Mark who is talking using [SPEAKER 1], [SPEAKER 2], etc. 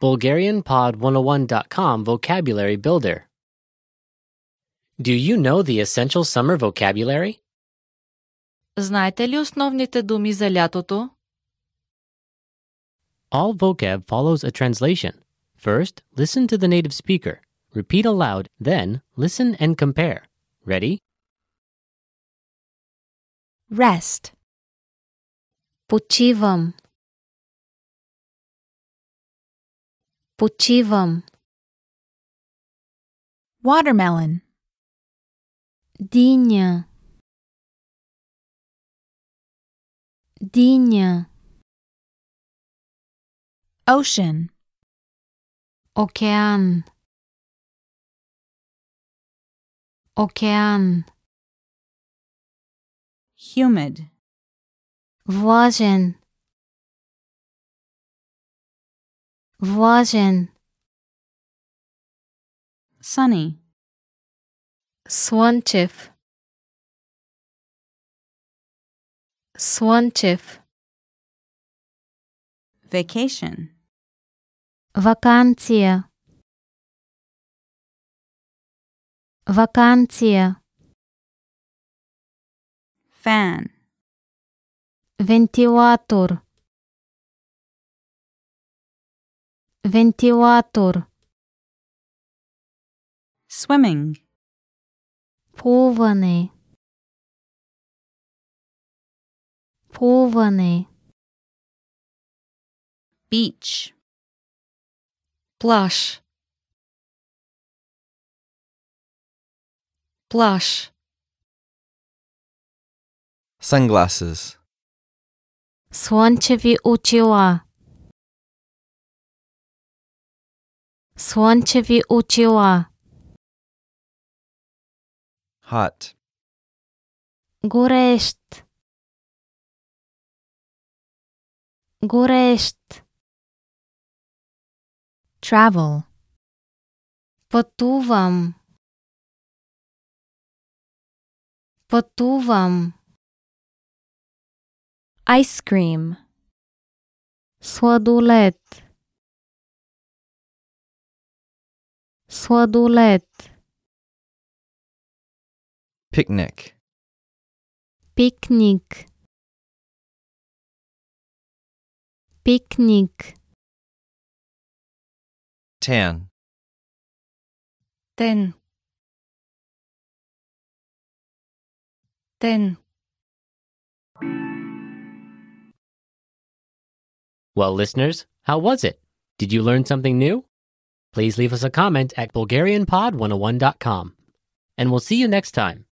[SPEAKER 1] BulgarianPod101.com Vocabulary Builder. Do you know the essential summer vocabulary?
[SPEAKER 2] Знаете ли основните думи за лятото?
[SPEAKER 1] All vocab follows a translation. First, listen to the native speaker. Repeat aloud, then, listen and compare. Ready?
[SPEAKER 3] Rest. Почивам. Почивам.
[SPEAKER 4] Watermelon.
[SPEAKER 3] Диня. Диня.
[SPEAKER 4] Ocean.
[SPEAKER 3] Океан. Океан.
[SPEAKER 4] Humid.
[SPEAKER 3] Влажен. Влажен.
[SPEAKER 4] Sunny.
[SPEAKER 3] Слънчев. Слънчев.
[SPEAKER 4] Vacation.
[SPEAKER 3] Вакансия. Вакансия.
[SPEAKER 4] Fan.
[SPEAKER 3] Вентилатор. Вентилатор.
[SPEAKER 4] Swimming.
[SPEAKER 3] Плуване. Плуване.
[SPEAKER 4] Beach.
[SPEAKER 2] Плаш. Плаш.
[SPEAKER 5] Sunglasses.
[SPEAKER 3] Слънчеви очила. Слънчеви очила.
[SPEAKER 5] Hot.
[SPEAKER 3] Горещ. Горещ.
[SPEAKER 4] Travel.
[SPEAKER 3] Пътувам. Пътувам.
[SPEAKER 4] Ice cream.
[SPEAKER 3] Сладолет. Сладолет.
[SPEAKER 5] Picnic.
[SPEAKER 3] Пикник. Пикник.
[SPEAKER 5] Tan.
[SPEAKER 2] Тен. Тен.
[SPEAKER 1] Well, listeners, how was it? Did you learn something new? oh Please leave us a comment at BulgarianPod101.com. And we'll see you next time.